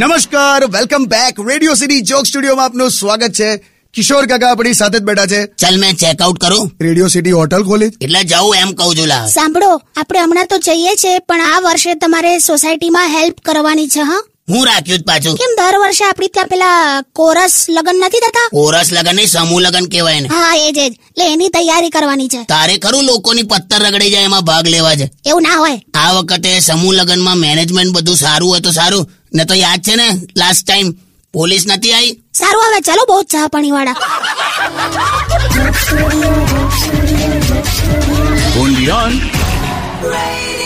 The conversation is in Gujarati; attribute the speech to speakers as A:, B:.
A: નમસ્કાર welcome back radio city joke સ્ટુડિયોમાં આપનું સ્વાગત છે કિશોર કાકા આપણી સાથે જ બેઠા છે
B: ચાલ મેં ચેકઆઉટ કરું
A: રેડિયો સિટી હોટલ ખોલી
B: એટલે જવું એમ કહું છું લા
C: સાંભળો આપણે હમણાં તો જઈએ છે પણ આ વર્ષે તમારે સોસાયટીમાં હેલ્પ કરવાની છે હા
B: હું રાખ્યું જ પાછું
C: કેમ દર વર્ષે આપણી ત્યાં પેલા કોરસ લગ્ન નથી થતા
B: કોરસ લગન નહીં સમૂહ લગન કહેવાય ને
C: હા એ જ એ જ એટલે એની તૈયારી કરવાની છે
B: તારે ખરું લોકોની પત્તર રગડી જાય એમાં ભાગ લેવા છે
C: એવું ના હોય
B: આ વખતે સમૂહ લગનમાં મેનેજમેન્ટ બધું સારું હોય તો સારું ને તો યાદ છે ને લાસ્ટ ટાઈમ પોલીસ નથી આવી
C: સારું હવે ચાલો બહુ જ ચા પાણી વાળા
D: Only on
E: Radio